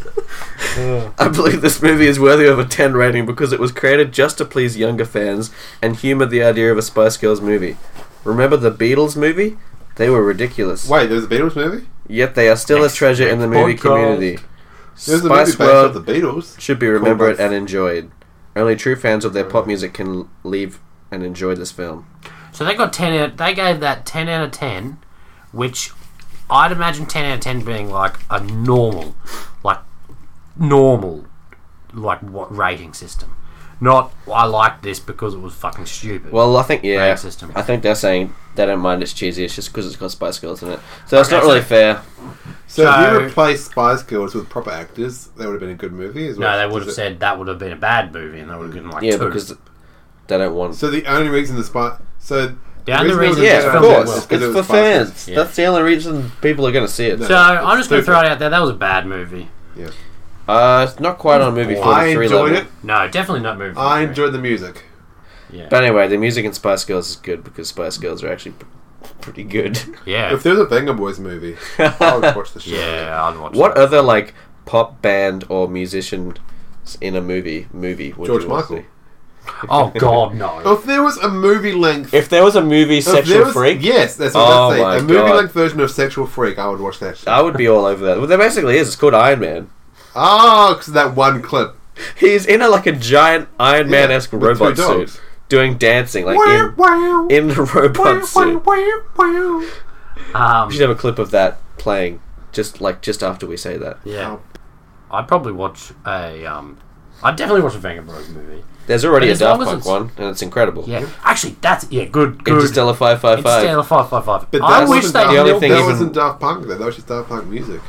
Speaker 3: I believe this movie is worthy of a 10 rating because it was created just to please younger fans and humor the idea of a Spice Girls movie. Remember the Beatles movie? They were ridiculous.
Speaker 1: Wait, there was a Beatles movie?
Speaker 3: Yet they are still a treasure in the movie
Speaker 2: podcast.
Speaker 3: community.
Speaker 1: There was a
Speaker 3: Spice
Speaker 1: movie based
Speaker 3: World
Speaker 1: off the Beatles.
Speaker 3: should be remembered
Speaker 1: Called
Speaker 3: and enjoyed. Only true fans of their pop music can leave and enjoy this film.
Speaker 2: So they got 10. Out, they gave that 10 out of 10, which I'd imagine 10 out of 10 being like a normal, like normal, like what rating system. Not I liked this because it was fucking stupid.
Speaker 3: Well, I think yeah,
Speaker 2: Rating system.
Speaker 3: I think they're saying they don't mind it's cheesy. It's just because it's got Spice Girls in it, so it's
Speaker 2: Okay,
Speaker 3: not
Speaker 2: so-
Speaker 3: really fair.
Speaker 1: So, if
Speaker 2: So-
Speaker 1: you replaced Spice Girls with proper actors, that would have been a good movie as well.
Speaker 2: no, they would have said that would have been a bad movie, and they would have given like
Speaker 3: Yeah,
Speaker 2: two.
Speaker 3: because they don't want.
Speaker 1: So the only reason the Spice... So
Speaker 2: The only
Speaker 1: it was
Speaker 2: reason
Speaker 1: a
Speaker 2: Yeah,
Speaker 3: yeah,
Speaker 2: it's
Speaker 1: Jedi
Speaker 3: of
Speaker 2: filmed
Speaker 1: was
Speaker 3: course,
Speaker 2: well.
Speaker 1: because
Speaker 3: it's
Speaker 1: it was
Speaker 3: for
Speaker 1: Spice Girls.
Speaker 3: fans.
Speaker 2: Yeah.
Speaker 3: That's the only reason people are going to see it.
Speaker 2: so I'm just going to
Speaker 1: stupid.
Speaker 2: throw it out there. That was a bad movie.
Speaker 1: Yeah.
Speaker 3: Uh, it's not quite on movie
Speaker 1: I
Speaker 3: forty-three
Speaker 1: enjoyed
Speaker 3: level.
Speaker 1: it.
Speaker 2: No, definitely not movie.
Speaker 1: I
Speaker 2: three.
Speaker 1: enjoyed the music.
Speaker 2: Yeah.
Speaker 3: But anyway, the music in Spice Girls is good because Spice Girls are actually p-
Speaker 1: [LAUGHS]
Speaker 3: pretty good. [LAUGHS]
Speaker 2: Yeah.
Speaker 1: If there's a Banger Boys movie, I would watch the show.
Speaker 2: yeah, I'd watch
Speaker 3: What
Speaker 2: that.
Speaker 3: other like pop band or musician s- in a movie movie would
Speaker 1: George
Speaker 3: you want to
Speaker 1: Michael.
Speaker 3: see?
Speaker 2: oh, God, no.
Speaker 1: If there was a movie length.
Speaker 3: If there was a movie
Speaker 1: if
Speaker 3: Sexual
Speaker 1: there was-
Speaker 3: Freak,
Speaker 1: Yes, that's what
Speaker 3: Oh
Speaker 1: I'm
Speaker 3: my
Speaker 1: saying. A movie
Speaker 3: God.
Speaker 1: length version of Sexual Freak, I would watch that shit.
Speaker 3: I would be all over that. Well, there basically is. It's called Iron Man.
Speaker 1: Oh, because that one clip.
Speaker 3: He's in a like a giant Iron Man esque
Speaker 1: with two
Speaker 3: robot
Speaker 1: dogs.
Speaker 3: suit, doing dancing like
Speaker 1: Wow,
Speaker 3: in
Speaker 1: wow.
Speaker 3: in the [LAUGHS] robot suit.
Speaker 1: wow, wow.
Speaker 2: Um,
Speaker 3: We should have a clip of that playing just like just after we say that.
Speaker 2: yeah.
Speaker 1: Oh.
Speaker 2: I'd probably watch a. Um, I'd definitely watch a Vanguard Bros movie.
Speaker 3: There's already
Speaker 2: But
Speaker 3: a
Speaker 2: as
Speaker 3: Daft
Speaker 2: long as
Speaker 3: Punk
Speaker 2: it's-
Speaker 3: one, and it's incredible.
Speaker 2: Yeah. Actually, that's. Yeah, good, good.
Speaker 3: Interstellar five five
Speaker 2: Interstellar
Speaker 3: five.
Speaker 2: 555.
Speaker 1: But
Speaker 2: I
Speaker 1: that
Speaker 2: wish
Speaker 1: wasn't
Speaker 2: they
Speaker 1: Daft-
Speaker 3: The only thing
Speaker 1: that
Speaker 3: even-
Speaker 1: wasn't Daft Punk though. That was just Daft Punk music.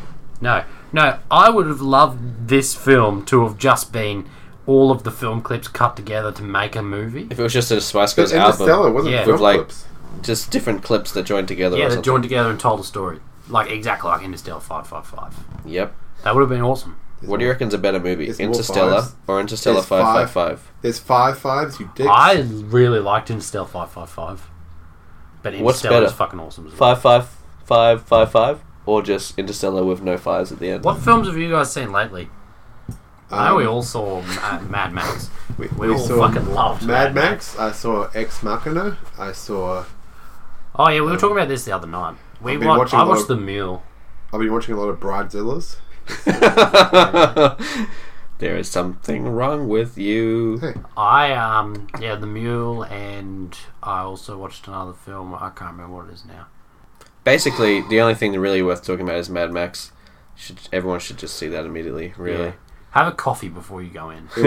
Speaker 2: No, no. I would have loved this film to have just been all of the film clips cut together to make a movie.
Speaker 3: If it was just a Spice
Speaker 1: But
Speaker 3: Girls
Speaker 1: Interstellar
Speaker 3: album,
Speaker 1: wasn't
Speaker 2: Yeah.
Speaker 1: film
Speaker 3: With, like,
Speaker 1: clips.
Speaker 3: just different clips that joined together.
Speaker 2: Yeah,
Speaker 3: or
Speaker 2: they
Speaker 3: something.
Speaker 2: joined together and told a story, like exactly like Interstellar Five Five Five.
Speaker 3: Yep.
Speaker 2: That would have been awesome.
Speaker 3: What do you reckon's a better movie,
Speaker 1: There's more
Speaker 3: Interstellar
Speaker 1: fives.
Speaker 3: or Interstellar
Speaker 1: There's
Speaker 3: five
Speaker 1: five.
Speaker 3: five five?
Speaker 1: There's five fives, you dicks.
Speaker 2: I really liked Interstellar Five Five Five, but
Speaker 3: What's
Speaker 2: Interstellar is
Speaker 3: better?
Speaker 2: fucking awesome. As well.
Speaker 3: Five five five five five, or just Interstellar with no fives at the end?
Speaker 2: What films have you guys seen lately? I know
Speaker 1: Um,
Speaker 2: we all saw uh, Mad Max.
Speaker 1: we,
Speaker 2: we all fucking loved
Speaker 1: Mad
Speaker 2: Mad
Speaker 1: Max. I saw Ex Machina. I saw.
Speaker 2: Oh yeah, we were talking about this the other night. We
Speaker 1: I've been
Speaker 2: watched.
Speaker 1: watching a
Speaker 2: I
Speaker 1: lot
Speaker 2: watched
Speaker 1: of-
Speaker 2: The Mule.
Speaker 1: I've been watching a lot of Bridezillas. [LAUGHS]
Speaker 3: There is something wrong with you.
Speaker 1: Hey,
Speaker 2: I um yeah, The Mule, and I also watched another film. I can't remember what it is now.
Speaker 3: Basically, the only thing really worth talking about is Mad Max. Should everyone should just see that immediately? Really?
Speaker 2: Yeah. Have a coffee before you go in.
Speaker 1: it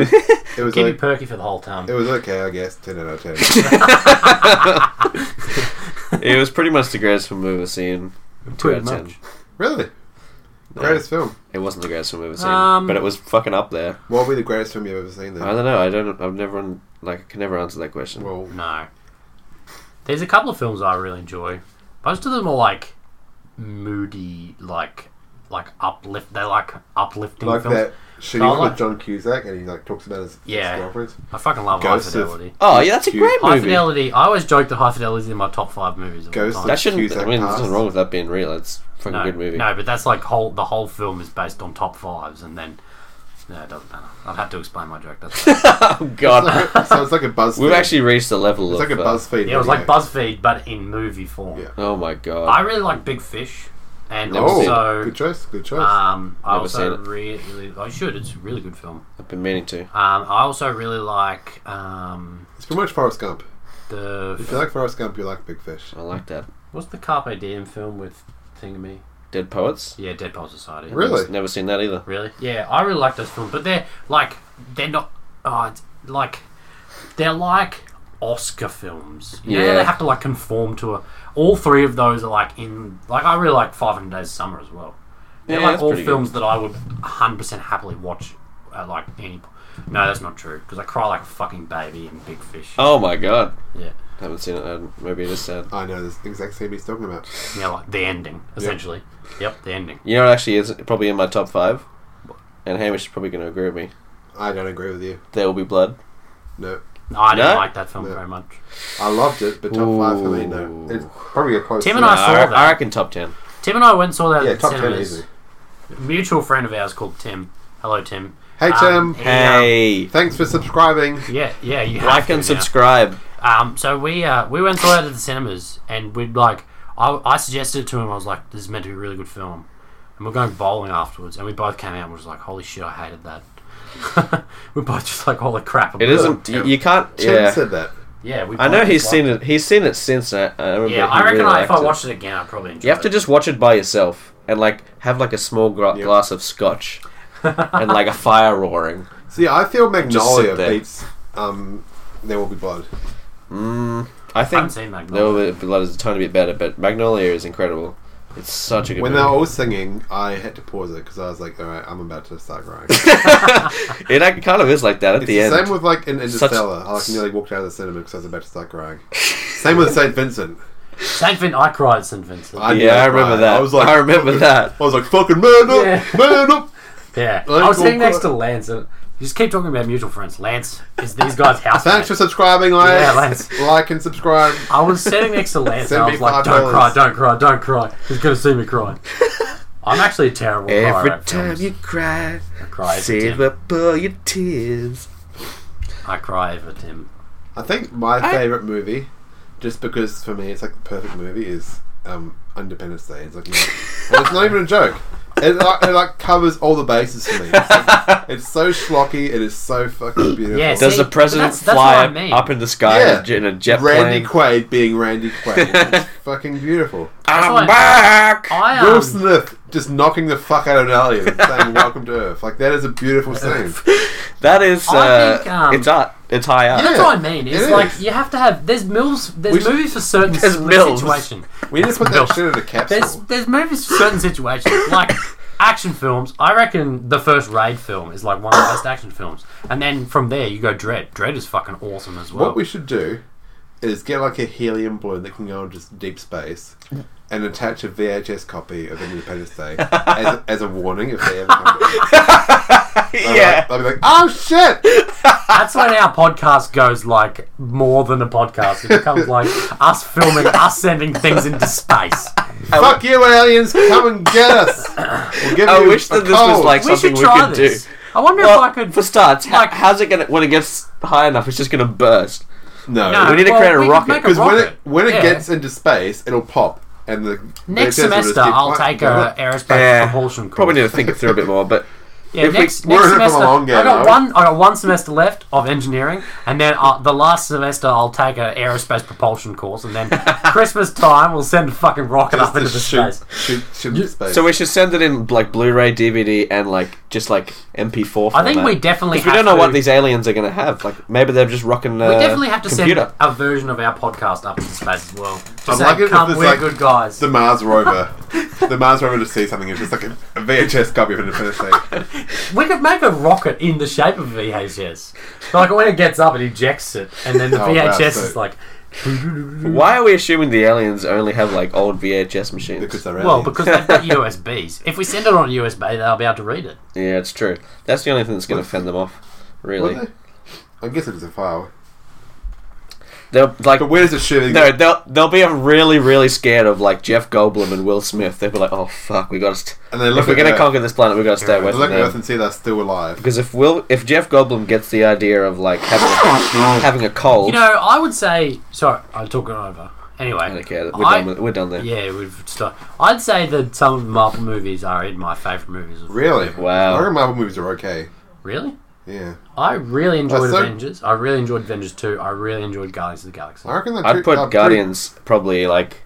Speaker 1: was
Speaker 2: Keep it
Speaker 1: like,
Speaker 2: perky for the whole time.
Speaker 1: it was okay, I guess. Ten out of
Speaker 2: [LAUGHS]
Speaker 1: ten.
Speaker 3: it was pretty much the greatest film we've ever seen. Two
Speaker 2: Pretty
Speaker 3: out of ten.
Speaker 2: much.
Speaker 1: really, greatest film.
Speaker 3: It wasn't the greatest film we've ever seen,
Speaker 2: Um,
Speaker 3: but it was fucking up there.
Speaker 1: What would be the greatest film you've ever seen? Then.
Speaker 3: I don't know. I don't. I've never un- like I can never answer that question.
Speaker 1: well,
Speaker 2: No. There's a couple of films I really enjoy. Most of them are like moody, like like uplift. They're like uplifting
Speaker 1: like
Speaker 2: films.
Speaker 1: that shitty
Speaker 2: I
Speaker 1: film
Speaker 2: like-
Speaker 1: with John Cusack, and he like talks about his
Speaker 2: Yeah.
Speaker 1: his girlfriends.
Speaker 2: I fucking love
Speaker 1: Ghosts
Speaker 2: High
Speaker 1: of-
Speaker 2: Fidelity.
Speaker 3: oh yeah, that's a
Speaker 1: Cute.
Speaker 3: great
Speaker 2: High
Speaker 3: movie.
Speaker 2: Fidelity. I always joke that High Fidelity is in my top five movies of all
Speaker 1: Ghosts
Speaker 2: time.
Speaker 1: of-
Speaker 3: That shouldn't.
Speaker 1: Cusack
Speaker 3: I mean, there's
Speaker 1: passed.
Speaker 3: nothing wrong with that being real. It's a fucking
Speaker 2: no,
Speaker 3: good movie.
Speaker 2: no, but that's like whole the whole film is based on top fives, and then no, it doesn't matter. I'd have to explain my joke. That's
Speaker 3: [LAUGHS]
Speaker 2: yeah,
Speaker 3: [LAUGHS] Oh god,
Speaker 1: Sounds
Speaker 2: [LAUGHS]
Speaker 1: like a BuzzFeed.
Speaker 3: we've actually reached the level
Speaker 1: It's
Speaker 3: of.
Speaker 1: like a
Speaker 3: uh,
Speaker 1: BuzzFeed.
Speaker 2: it was like
Speaker 1: video.
Speaker 2: BuzzFeed, but in movie form.
Speaker 1: Yeah.
Speaker 3: oh my god.
Speaker 2: I really like Big Fish, and
Speaker 3: Never
Speaker 1: Oh,
Speaker 3: seen
Speaker 2: also
Speaker 1: good choice. Good choice.
Speaker 2: Um, I
Speaker 3: Never seen
Speaker 2: also
Speaker 3: it.
Speaker 2: really, really, I should. It's a really good film.
Speaker 3: I've been meaning to.
Speaker 2: Um, I also really like um,
Speaker 1: it's pretty much Forrest Gump. If you
Speaker 2: the
Speaker 1: like Forrest Gump, you like Big Fish.
Speaker 3: I like that.
Speaker 2: what's the Carpe Diem film with Thingamy?
Speaker 3: Dead Poets.
Speaker 2: Yeah, Dead Poets Society.
Speaker 1: Really?
Speaker 3: Never seen that either.
Speaker 2: Really? Yeah, I really like those films, but they're like they're not. Oh, it's like they're like Oscar films. You know,
Speaker 3: Yeah.
Speaker 2: they have to like conform to a. All three of those are like in like I really like Five Hundred Days of Summer as well. They're
Speaker 3: Yeah,
Speaker 2: like
Speaker 3: that's
Speaker 2: all
Speaker 3: pretty
Speaker 2: films that I would 100% happily watch at like any. No, that's not true because I cry like a fucking baby in Big Fish.
Speaker 3: Oh my god.
Speaker 2: Yeah,
Speaker 3: Haven't seen it. uh, Maybe it is sad.
Speaker 1: I know this exact same he's talking about.
Speaker 2: yeah, like the ending essentially. Yep, the ending.
Speaker 3: You know, it actually is probably in my top five. And Hamish is probably going to agree with me.
Speaker 1: I don't agree with you.
Speaker 3: There will be blood.
Speaker 1: No,
Speaker 2: No, I didn't
Speaker 3: No?
Speaker 2: like that film
Speaker 1: No.
Speaker 2: very much.
Speaker 1: I loved it, but top five for me, no.
Speaker 3: Ooh.
Speaker 1: It's probably a close.
Speaker 2: Tim and
Speaker 1: no.
Speaker 2: I saw
Speaker 3: I, re-
Speaker 2: that.
Speaker 3: I reckon top ten.
Speaker 2: Tim and I went and saw that
Speaker 1: Yeah,
Speaker 2: at
Speaker 1: top
Speaker 2: the
Speaker 1: ten
Speaker 2: cinemas.
Speaker 1: easy.
Speaker 2: mutual friend of ours called Tim. Hello, Tim.
Speaker 1: Hey, Tim.
Speaker 2: he, um,
Speaker 3: Hey,
Speaker 1: Thanks for subscribing.
Speaker 2: yeah, yeah. You have
Speaker 3: like
Speaker 2: to
Speaker 3: and
Speaker 2: now.
Speaker 3: subscribe.
Speaker 2: Um, so we uh, we went and saw it at the cinemas, and we'd like I, I suggested it to him. I was like, "This is meant to be a really good film," and we're going bowling afterwards, and we both came out and was like, "Holy shit, I hated that." [LAUGHS] we're both just like, "Holy crap!" I'm
Speaker 3: It
Speaker 2: good."
Speaker 3: isn't. You, you can't.
Speaker 1: Tim
Speaker 3: Yeah.
Speaker 1: said that.
Speaker 2: Yeah, we
Speaker 3: I know
Speaker 2: both
Speaker 3: he's
Speaker 2: just
Speaker 3: seen
Speaker 2: like-
Speaker 3: it. He's seen it since. uh, I, I remember.
Speaker 2: Yeah,
Speaker 3: he
Speaker 2: I reckon
Speaker 3: really
Speaker 2: I, if I
Speaker 3: liked it.
Speaker 2: watched it again, I'd probably enjoy
Speaker 3: You have to
Speaker 2: it.
Speaker 3: just watch it by yourself and like have like a small gla- glass of
Speaker 2: [LAUGHS]
Speaker 3: scotch and like a fire roaring.
Speaker 1: See, I feel Magnolia
Speaker 3: sit there.
Speaker 1: beats um, There Will Be Blood.
Speaker 3: I
Speaker 2: I haven't
Speaker 3: think
Speaker 2: seen that.
Speaker 3: there will be blood is a tiny bit better, but Magnolia is incredible. It's such a good
Speaker 1: When they were
Speaker 3: movie.
Speaker 1: all singing, I had to pause it because I was like, all right, I'm about to start
Speaker 3: [LAUGHS]
Speaker 1: crying.
Speaker 3: It act- kind of is like that at
Speaker 1: It's
Speaker 3: the
Speaker 1: the
Speaker 3: end.
Speaker 1: same with like in Interstellar. I like nearly walked out of the cinema because I was about to start crying. same with Saint Vincent.
Speaker 2: Saint Vin, I cried at Saint Vincent.
Speaker 1: I
Speaker 3: Yeah,
Speaker 1: nearly
Speaker 3: I remember
Speaker 1: cried.
Speaker 3: that.
Speaker 1: I was like,
Speaker 3: I remember
Speaker 1: fucking-
Speaker 3: that.
Speaker 1: I was like, fucking man up,
Speaker 2: Yeah.
Speaker 1: man up.
Speaker 2: yeah,
Speaker 1: I
Speaker 2: I was
Speaker 1: will
Speaker 2: sitting next
Speaker 1: cry.
Speaker 2: to Lance, and just keep talking about mutual friends. Lance is these
Speaker 1: [LAUGHS]
Speaker 2: guys' house.
Speaker 1: Thanks for subscribing, Lance.
Speaker 2: Yeah, Lance.
Speaker 1: Like and subscribe.
Speaker 2: I was sitting next to Lance
Speaker 1: Send
Speaker 2: and I
Speaker 1: me
Speaker 2: was like,
Speaker 1: five
Speaker 2: don't cry,
Speaker 1: dollars."
Speaker 2: don't cry, don't cry. He's going to see
Speaker 1: [LAUGHS]
Speaker 2: me crying. I'm actually a terrible
Speaker 3: Every
Speaker 2: crier at
Speaker 3: time
Speaker 2: films.
Speaker 3: you cry,
Speaker 2: I cry over
Speaker 3: save
Speaker 2: Tim.
Speaker 3: up all your tears.
Speaker 2: I cry over Tim.
Speaker 1: I think my favorite movie, just because for me it's like the perfect movie, is um, Independence Day. It's like, my- and it's not even a joke. It like, it like covers all the bases for me. It's,
Speaker 2: [LAUGHS]
Speaker 1: like- it's so schlocky. It is so fucking beautiful.
Speaker 2: Yes.
Speaker 3: Does
Speaker 2: See,
Speaker 3: the president
Speaker 2: that's- that's
Speaker 3: fly
Speaker 2: what I
Speaker 3: up,
Speaker 2: mean.
Speaker 3: up in the sky
Speaker 1: Yeah.
Speaker 3: in a- in a jet
Speaker 1: Randy
Speaker 3: plane?
Speaker 1: Quaid being Randy Quaid.
Speaker 3: [LAUGHS]
Speaker 1: It's fucking beautiful.
Speaker 2: That's
Speaker 3: I'm
Speaker 2: what-
Speaker 3: back.
Speaker 2: I
Speaker 1: Will
Speaker 2: um,
Speaker 1: Smith just knocking the fuck out of an alien, and saying "Welcome to Earth." Like that is a beautiful scene.
Speaker 2: [LAUGHS]
Speaker 3: That is,
Speaker 2: I
Speaker 3: uh,
Speaker 2: think, um,
Speaker 3: it's art. It's high art.
Speaker 2: That's what I mean. It's
Speaker 1: It
Speaker 2: like
Speaker 1: is.
Speaker 2: you have to have there's mills there's
Speaker 1: We should-
Speaker 2: movies
Speaker 1: [LAUGHS]
Speaker 2: for certain
Speaker 3: There's
Speaker 2: s-
Speaker 3: mills.
Speaker 2: situation.
Speaker 1: We need to put
Speaker 2: Bill.
Speaker 1: that shit in a
Speaker 2: There's
Speaker 1: capsule.
Speaker 2: there's movies for certain situations like action films. I reckon the first Raid film is like one of the best action films, and then from there you go Dread. Dread is fucking awesome as well.
Speaker 1: What we should do is get like a helium balloon that can go into s- deep space and attach a VHS copy of Independence Day as, a, as a warning if they ever come. back.
Speaker 3: [LAUGHS] yeah.
Speaker 1: I'll be like, oh shit!
Speaker 2: That's when our podcast goes like more than a podcast. It becomes like us filming, us sending things into space.
Speaker 1: Fuck you, aliens! Come and get us! We'll give
Speaker 3: I
Speaker 1: you
Speaker 3: wish
Speaker 1: a
Speaker 3: that this was
Speaker 1: cold.
Speaker 3: like
Speaker 2: We
Speaker 3: something
Speaker 2: should
Speaker 3: we
Speaker 2: try
Speaker 3: could
Speaker 2: this.
Speaker 3: do.
Speaker 2: I wonder
Speaker 3: Well,
Speaker 2: if I could.
Speaker 3: for starts, ho-
Speaker 2: like-
Speaker 3: how's it gonna when it gets high enough? It's just gonna burst.
Speaker 1: no.
Speaker 2: No,
Speaker 3: we need to
Speaker 2: well,
Speaker 3: create a
Speaker 2: we could
Speaker 3: rocket.
Speaker 2: make
Speaker 1: Because when it
Speaker 2: rocket.
Speaker 1: when it
Speaker 2: Yeah.
Speaker 1: gets into space, it'll pop, and the VHS
Speaker 2: Next
Speaker 1: will just
Speaker 2: semester,
Speaker 1: keep
Speaker 2: I'll
Speaker 1: playing.
Speaker 2: take a aerospace propulsion course.
Speaker 3: Probably need to think it through a bit
Speaker 1: [LAUGHS]
Speaker 3: more, but
Speaker 2: Yeah,
Speaker 3: If we-
Speaker 2: next,
Speaker 1: we're
Speaker 2: next
Speaker 1: in it for the
Speaker 2: semester.
Speaker 1: long game,
Speaker 2: I
Speaker 1: aren't
Speaker 2: got
Speaker 1: we?
Speaker 2: one. I got one semester left of engineering, and then uh, the last semester I'll take an aerospace propulsion course,
Speaker 1: [LAUGHS]
Speaker 2: and then Christmas time we'll send a fucking rocket
Speaker 1: [LAUGHS] Just
Speaker 2: up into
Speaker 1: to
Speaker 2: the
Speaker 1: shoot,
Speaker 2: space.
Speaker 1: shoot, shoot into space.
Speaker 3: so we should send it in like Blu-ray, DVD, and like just like MP4. Format.
Speaker 2: I think we definitely
Speaker 3: 'Cause we
Speaker 2: have
Speaker 3: don't know
Speaker 2: to-
Speaker 3: what these aliens are gonna have. Like maybe they're just rocking. Uh,
Speaker 2: We definitely have to
Speaker 3: computer.
Speaker 2: send a version of our podcast up into space as well. Just
Speaker 1: I'd
Speaker 2: say,
Speaker 1: like it if
Speaker 2: come,
Speaker 1: it's
Speaker 2: we're
Speaker 1: like
Speaker 2: good guys.
Speaker 1: the Mars rover. the Mars rover to see something is just like a, a VHS copy of Independence Day.
Speaker 2: we could make a rocket in the shape of a VHS. Like when it gets up, it ejects it, and then the
Speaker 1: Oh, wow,
Speaker 2: VHS is
Speaker 1: so-
Speaker 2: like,
Speaker 3: Why are we assuming the aliens only have like old VHS machines?
Speaker 1: Because they're
Speaker 2: well,
Speaker 1: aliens.
Speaker 2: because they've got USBs. If we send it on a USB, they'll be able to read it.
Speaker 3: yeah, it's true. That's the only thing that's gonna fend them off. Really,
Speaker 1: Were they? I guess it was a file.
Speaker 3: they'll like
Speaker 1: But where does it shoot?
Speaker 3: No, they'll they'll be really really scared of like Jeff Goldblum and Will Smith. They'll be like, oh fuck, we got to.
Speaker 1: And they
Speaker 3: If
Speaker 1: look
Speaker 3: we're
Speaker 1: at
Speaker 3: gonna
Speaker 1: Earth.
Speaker 3: conquer this planet, we got to stay away
Speaker 1: They
Speaker 3: from
Speaker 1: look at Earth
Speaker 3: them.
Speaker 1: and see they're still alive.
Speaker 3: Because if Will, if Jeff Goldblum gets the idea of like
Speaker 1: [LAUGHS]
Speaker 3: having a, having a cold,
Speaker 2: You know, I would say. Sorry, I'm talking over. Anyway,
Speaker 3: I don't care. We're
Speaker 2: I-
Speaker 3: done. With, we're done there.
Speaker 2: Yeah, we've stopped. I'd say that some of the Marvel movies are in my favourite movies. Of
Speaker 1: Really?
Speaker 3: Wow.
Speaker 1: I reckon Marvel movies are okay.
Speaker 2: Really?
Speaker 1: Yeah.
Speaker 2: I really enjoyed
Speaker 1: Well, so-
Speaker 2: Avengers. I really enjoyed Avengers 2. I really enjoyed Guardians of the Galaxy.
Speaker 1: I reckon they're
Speaker 3: I'd
Speaker 1: pretty-
Speaker 3: put
Speaker 1: they're pretty-
Speaker 3: Guardians probably like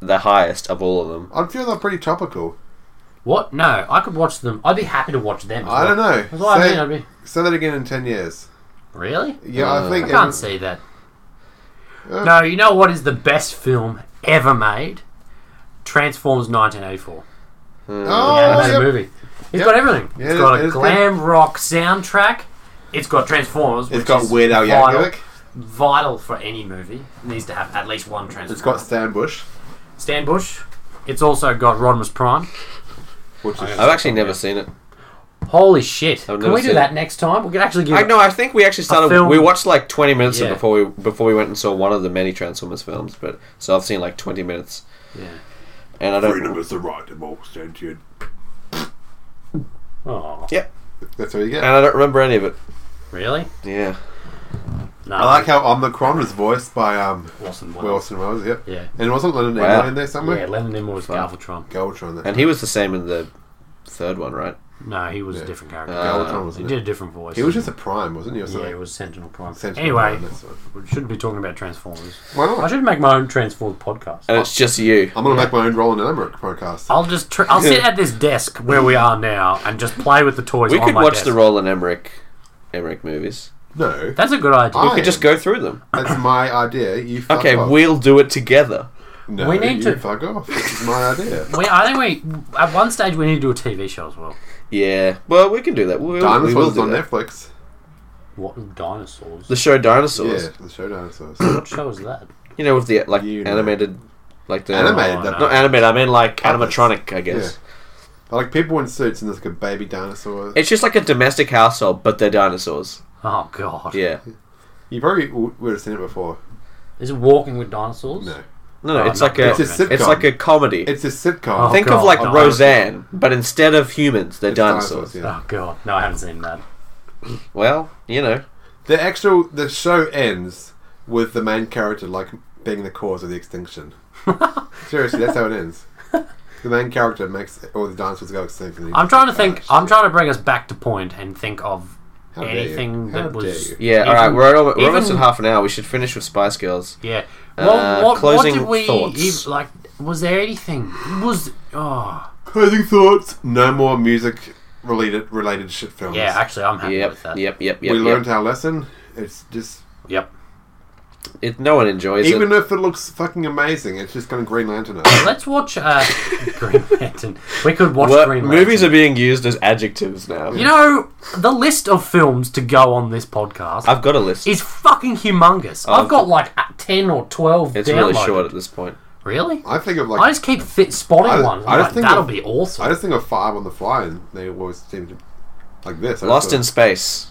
Speaker 3: the highest of all of them.
Speaker 1: I'd feel they're pretty topical.
Speaker 2: What? No, I could watch them. I'd be happy to watch them. as
Speaker 1: I
Speaker 2: well.
Speaker 1: don't know.
Speaker 2: That's what I
Speaker 1: Say-
Speaker 2: mean. I'd be,
Speaker 1: Say that again in ten years.
Speaker 2: really?
Speaker 1: Yeah,
Speaker 3: Uh,
Speaker 1: I think.
Speaker 2: I can't
Speaker 1: every-
Speaker 2: see that. No, you know what is the best film ever made? Transformers 1984.
Speaker 1: Oh,
Speaker 2: animated
Speaker 1: yep.
Speaker 2: movie. It's
Speaker 1: Yep.
Speaker 2: got everything.
Speaker 1: Yeah,
Speaker 2: it's
Speaker 1: it
Speaker 2: got
Speaker 1: is- it
Speaker 2: a
Speaker 1: is
Speaker 2: glam rock soundtrack. It's got Transformers.
Speaker 1: It's
Speaker 2: which
Speaker 1: got
Speaker 2: is
Speaker 1: Weird Al
Speaker 2: vital,
Speaker 1: Yankovic.
Speaker 2: vital for any movie. It needs to have at least one Transformers.
Speaker 1: It's got Stan Bush,
Speaker 2: Stan Bush. It's also got Rodimus Prime.
Speaker 1: which is
Speaker 3: I've actually never seen it.
Speaker 2: Holy shit!
Speaker 3: I've
Speaker 2: Can
Speaker 3: never
Speaker 2: we do
Speaker 3: seen
Speaker 2: that next time? We could actually give.
Speaker 3: I know. I think we actually started.
Speaker 2: film-
Speaker 3: We watched like twenty minutes of
Speaker 2: Yeah.
Speaker 3: before we before we went and saw one of the many Transformers films. But so I've seen like twenty minutes,
Speaker 2: Yeah.
Speaker 3: and I
Speaker 1: freedom
Speaker 3: don't.
Speaker 1: is the right of all sentient.
Speaker 2: Oh,
Speaker 3: Yeah,
Speaker 1: That's what you get.
Speaker 3: and I don't remember any of it.
Speaker 2: really?
Speaker 3: Yeah.
Speaker 2: No.
Speaker 1: I like how Omicron was voiced by um,
Speaker 2: Wilson. Wells.
Speaker 1: Wilson Wells, yep.
Speaker 2: Yeah.
Speaker 1: And wasn't Lennon
Speaker 3: Wow.
Speaker 1: Nimoy in there somewhere?
Speaker 2: Yeah, Lennon Nimoy was Galvatron.
Speaker 1: Galvatron. That.
Speaker 3: And he was the same in the third one, right?
Speaker 2: No, he was a different character.
Speaker 1: Galvatron
Speaker 2: he
Speaker 1: wasn't
Speaker 2: did
Speaker 1: it?
Speaker 2: a different voice.
Speaker 1: Uh, He was just a prime, wasn't he? Or
Speaker 2: yeah,
Speaker 1: something?
Speaker 2: it was Sentinel Prime.
Speaker 1: Sentinel
Speaker 2: anyway,
Speaker 1: Prime, that's right.
Speaker 2: we shouldn't be talking about Transformers.
Speaker 1: Why not?
Speaker 2: I should make my own Transformers podcast.
Speaker 3: And it's just you.
Speaker 1: I'm gonna make my own Roland Emmerich podcast.
Speaker 2: I'll just tr- I'll sit at this desk where we are now and just play with the toys.
Speaker 3: We
Speaker 2: on
Speaker 3: could
Speaker 2: my
Speaker 3: watch
Speaker 2: desk.
Speaker 3: the Roland Emmerich, Emmerich movies.
Speaker 1: No,
Speaker 2: That's a good idea.
Speaker 1: I-
Speaker 3: We could just go through them.
Speaker 1: that's my idea. You fuck
Speaker 3: Okay,
Speaker 1: off.
Speaker 3: we'll do it together.
Speaker 1: no,
Speaker 2: we need
Speaker 1: you
Speaker 2: to-
Speaker 1: fuck off. This is my idea.
Speaker 2: We, I think we at one stage we need to do a TV show as well.
Speaker 3: Yeah. Well, we can do that. We'll, [LAUGHS] we will
Speaker 1: Dinosaurs is
Speaker 3: do
Speaker 1: on
Speaker 3: that.
Speaker 1: Netflix.
Speaker 2: What dinosaurs?
Speaker 3: The show Dinosaurs.
Speaker 1: Yeah, the show
Speaker 3: [CLEARS THROAT]
Speaker 1: dinosaurs.
Speaker 2: what show is that?
Speaker 3: You know, with the like
Speaker 1: You know.
Speaker 3: animated, like the
Speaker 1: animated.
Speaker 2: Oh,
Speaker 1: that
Speaker 2: no.
Speaker 3: Not animated. I mean like animatronic. I guess.
Speaker 1: But, like people in suits and there's like a baby dinosaur.
Speaker 3: It's just like a domestic household, but they're dinosaurs.
Speaker 2: Oh god.
Speaker 3: Yeah.
Speaker 1: You probably w- would have seen it before.
Speaker 2: Is it Walking with Dinosaurs?
Speaker 1: No,
Speaker 3: No, no,
Speaker 2: Oh,
Speaker 3: it's
Speaker 2: no,
Speaker 3: like a
Speaker 2: it's
Speaker 3: it's,
Speaker 1: a sitcom.
Speaker 3: like a comedy.
Speaker 1: it's a sitcom.
Speaker 2: Oh,
Speaker 3: Think of
Speaker 2: God,
Speaker 3: like
Speaker 2: no.
Speaker 3: Roseanne, but instead of humans, they're
Speaker 1: It's
Speaker 3: dinosaurs.
Speaker 1: yeah.
Speaker 2: Oh god. No, I haven't seen that.
Speaker 3: Well, you know,
Speaker 1: The actual the show ends with the main character like being the cause of the
Speaker 2: [LAUGHS]
Speaker 1: extinction. Seriously, that's how it ends. The main character makes all the dinosaurs go extinct. and he
Speaker 2: I'm
Speaker 1: just
Speaker 2: trying to
Speaker 1: like,
Speaker 2: think.
Speaker 1: "Ah,
Speaker 2: I'm trying to bring us back to point and think of
Speaker 1: How dare you.
Speaker 2: anything
Speaker 1: How
Speaker 2: that was.
Speaker 1: dare you.
Speaker 3: yeah. all right,
Speaker 2: even-
Speaker 3: we're, at, al- we're almost
Speaker 2: even-
Speaker 3: at half an hour. We should finish with Spice Girls.
Speaker 2: Yeah.
Speaker 3: Uh,
Speaker 2: What, what,
Speaker 3: closing
Speaker 2: what did we
Speaker 3: thoughts.
Speaker 2: ev- like? Was there anything? Was oh
Speaker 1: shit." Closing thoughts. No more music related related shit films.
Speaker 2: yeah. Actually, I'm happy
Speaker 3: Yep,
Speaker 2: with that.
Speaker 3: yep, yep,
Speaker 1: we
Speaker 3: yep,
Speaker 1: learned
Speaker 3: yep.
Speaker 1: our lesson. It's just
Speaker 2: Yep.
Speaker 3: It, no one enjoys it.
Speaker 1: even if it looks fucking amazing, it's just kind of Green Lantern. it.
Speaker 2: Let's watch uh, [LAUGHS] Green Lantern. We could watch
Speaker 3: What-
Speaker 2: Green Lantern.
Speaker 3: movies are being used as adjectives now.
Speaker 2: You know, the list of films to go on this podcast
Speaker 3: I've got a list.
Speaker 2: is fucking humongous. I've got like uh, 10 or 12
Speaker 3: It's really
Speaker 2: downloaded.
Speaker 3: short at this point.
Speaker 2: Really?
Speaker 1: I think of like
Speaker 2: I just keep fit spotting
Speaker 1: I-
Speaker 2: ones.
Speaker 1: I
Speaker 2: I'm
Speaker 1: just
Speaker 2: like,
Speaker 1: think
Speaker 2: that'll
Speaker 1: of-
Speaker 2: be
Speaker 1: I
Speaker 2: awesome.
Speaker 1: just think of Five on the Fly, and they always seem to like this. I
Speaker 3: Lost
Speaker 1: just
Speaker 3: in Space.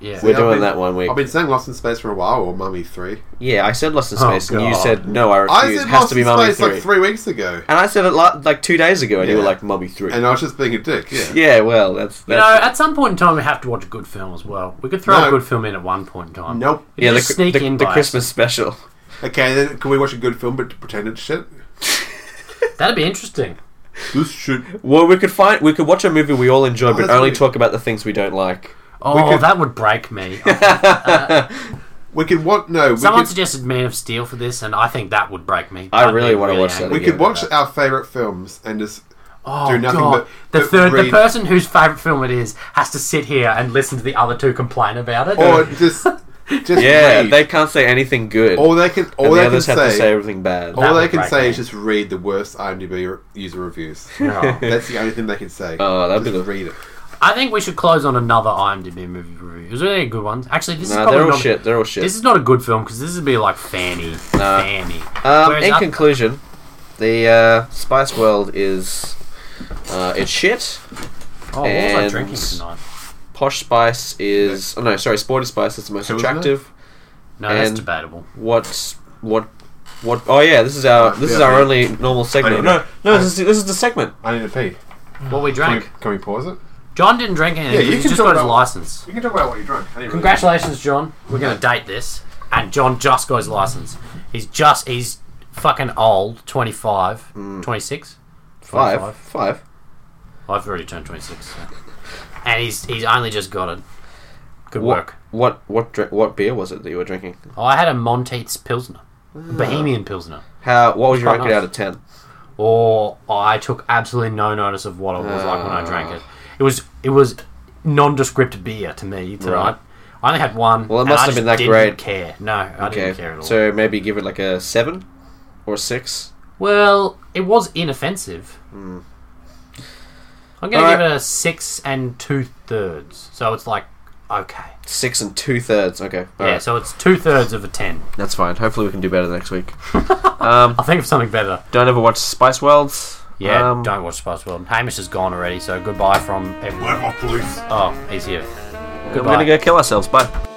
Speaker 2: Yeah.
Speaker 3: We're
Speaker 1: Yeah, I've
Speaker 3: doing
Speaker 1: been-
Speaker 3: that one week.
Speaker 1: I've been saying Lost in Space for a while, or Mummy Three.
Speaker 3: Yeah, I said Lost in
Speaker 2: Oh,
Speaker 3: Space, and you
Speaker 2: God.
Speaker 3: said no. I refuse.
Speaker 1: I
Speaker 3: it
Speaker 1: said
Speaker 3: has
Speaker 1: Lost
Speaker 3: to be
Speaker 1: in
Speaker 3: Mummy
Speaker 1: Space
Speaker 3: Three.
Speaker 1: like three weeks ago,
Speaker 3: And I said it la- like two days ago, and you were
Speaker 1: Yeah.
Speaker 3: like Mummy Three.
Speaker 1: and I was just being a dick. Yeah,
Speaker 3: [LAUGHS] yeah, well, that's,
Speaker 2: You
Speaker 3: that's
Speaker 2: know, at some point in time, we have to watch a good film as well. We could throw
Speaker 1: No.
Speaker 2: a good film in at one point in time.
Speaker 1: Nope.
Speaker 2: We could
Speaker 3: yeah, the,
Speaker 2: just sneak
Speaker 3: the,
Speaker 2: in
Speaker 3: the
Speaker 2: by
Speaker 3: Christmas special.
Speaker 1: Okay, then can we watch a good film but pretend it's shit?
Speaker 2: it. That'd be interesting.
Speaker 1: This shit.
Speaker 3: Well, we could find we could watch a movie we all enjoy, but
Speaker 1: Oh, that's
Speaker 3: only
Speaker 1: good.
Speaker 3: talk about the things we don't like.
Speaker 2: Oh,
Speaker 1: could-
Speaker 2: that would break me.
Speaker 1: We could watch. No, we
Speaker 2: Someone
Speaker 1: could,
Speaker 2: suggested Man of Steel for this, and I think that would break me.
Speaker 3: I
Speaker 2: I'd be
Speaker 3: really wanna watch that
Speaker 2: angry.
Speaker 1: we
Speaker 3: Yeah,
Speaker 1: could watch
Speaker 3: that-
Speaker 1: our favorite films and just
Speaker 2: Oh,
Speaker 1: do nothing
Speaker 2: God.
Speaker 1: but
Speaker 2: the third, the
Speaker 1: read-
Speaker 2: person whose favorite film it is has to sit here and listen to the other two complain about it.
Speaker 1: or [LAUGHS] just just
Speaker 3: Yeah,
Speaker 1: read.
Speaker 3: they can't say anything good,
Speaker 1: all they can all
Speaker 3: and the
Speaker 1: they can
Speaker 3: others have
Speaker 1: say,
Speaker 3: to say everything
Speaker 2: That
Speaker 3: bad.
Speaker 1: all they
Speaker 2: would
Speaker 1: can
Speaker 2: break
Speaker 1: say
Speaker 2: me.
Speaker 1: is just read the worst IMDb re- user
Speaker 3: [LAUGHS]
Speaker 1: reviews.
Speaker 2: No.
Speaker 1: That's the only thing they can say.
Speaker 3: Oh, that'd be
Speaker 1: just
Speaker 3: the-
Speaker 1: read it.
Speaker 2: I think we should close on another IMDb movie review. Is there any good ones? Actually, this is
Speaker 3: no,
Speaker 2: probably
Speaker 3: they're all
Speaker 2: not.
Speaker 3: shit. They're all shit.
Speaker 2: This is not a good film because this would be like Fanny, Fanny.
Speaker 3: Um,
Speaker 2: Whereas
Speaker 3: in
Speaker 2: I-
Speaker 3: conclusion, the uh, Spice World is uh, it's shit.
Speaker 2: oh, what was I
Speaker 3: and-
Speaker 2: drinking tonight?
Speaker 3: Posh Spice is oh, no, sorry, Sporty Spice is the most
Speaker 1: Who was
Speaker 3: attractive.
Speaker 2: No, that's
Speaker 3: and-
Speaker 2: debatable.
Speaker 3: What what what? Oh yeah, this is our this is
Speaker 1: Uh, Yeah,
Speaker 3: our
Speaker 1: I-
Speaker 3: only normal segment.
Speaker 1: I-
Speaker 3: No, no, this is this is the segment.
Speaker 1: I need a pee.
Speaker 2: What we
Speaker 1: Can we,
Speaker 2: drank?
Speaker 1: can we pause it?
Speaker 2: John didn't drink anything.
Speaker 1: Yeah,
Speaker 2: Yeah,
Speaker 1: you
Speaker 2: he
Speaker 1: can
Speaker 2: just
Speaker 1: talk
Speaker 2: got his
Speaker 1: about-
Speaker 2: license.
Speaker 1: You can talk about what you drank.
Speaker 2: Congratulations, John. We're gonna date this, and John just got his license. He's just he's fucking old, 25,
Speaker 1: Hmm.
Speaker 2: 26.
Speaker 3: Five five.
Speaker 2: Oh, I've already turned 26. So. And he's he's only just got it. Good
Speaker 3: What
Speaker 2: work.
Speaker 3: what what drink, what beer was it that you were drinking?
Speaker 2: Oh, I had a Monteith's Pilsner. Bohemian Pilsner.
Speaker 3: How what would you
Speaker 2: Quite
Speaker 3: rank it
Speaker 2: nice.
Speaker 3: out of ten?
Speaker 2: Or I took absolutely no notice of what it was like when I drank it. It was it was nondescript beer to me tonight.
Speaker 3: Right.
Speaker 2: I only had one.
Speaker 3: Well, it
Speaker 2: and I
Speaker 3: must have
Speaker 2: just
Speaker 3: been that
Speaker 2: didn't
Speaker 3: great.
Speaker 2: Care? No, I didn't care at all.
Speaker 3: so maybe give it like a seven or six.
Speaker 2: well, it was inoffensive. I'm gonna
Speaker 3: Hmm. All
Speaker 2: give
Speaker 3: right.
Speaker 2: it a six and two thirds. So it's like okay.
Speaker 3: Six and two thirds. Okay, all
Speaker 2: yeah,
Speaker 3: right.
Speaker 2: so it's two thirds of a ten.
Speaker 3: that's fine. Hopefully we can do better next week.
Speaker 2: I'll think of something better.
Speaker 3: Don't ever watch Spice Worlds.
Speaker 2: Yeah,
Speaker 3: Um,
Speaker 2: don't watch Spice World. Hamish is gone already, so goodbye from everyone.
Speaker 1: Where are my police?
Speaker 2: Oh, he's here.
Speaker 3: We're gonna
Speaker 2: Goodbye.
Speaker 3: go kill ourselves. Bye.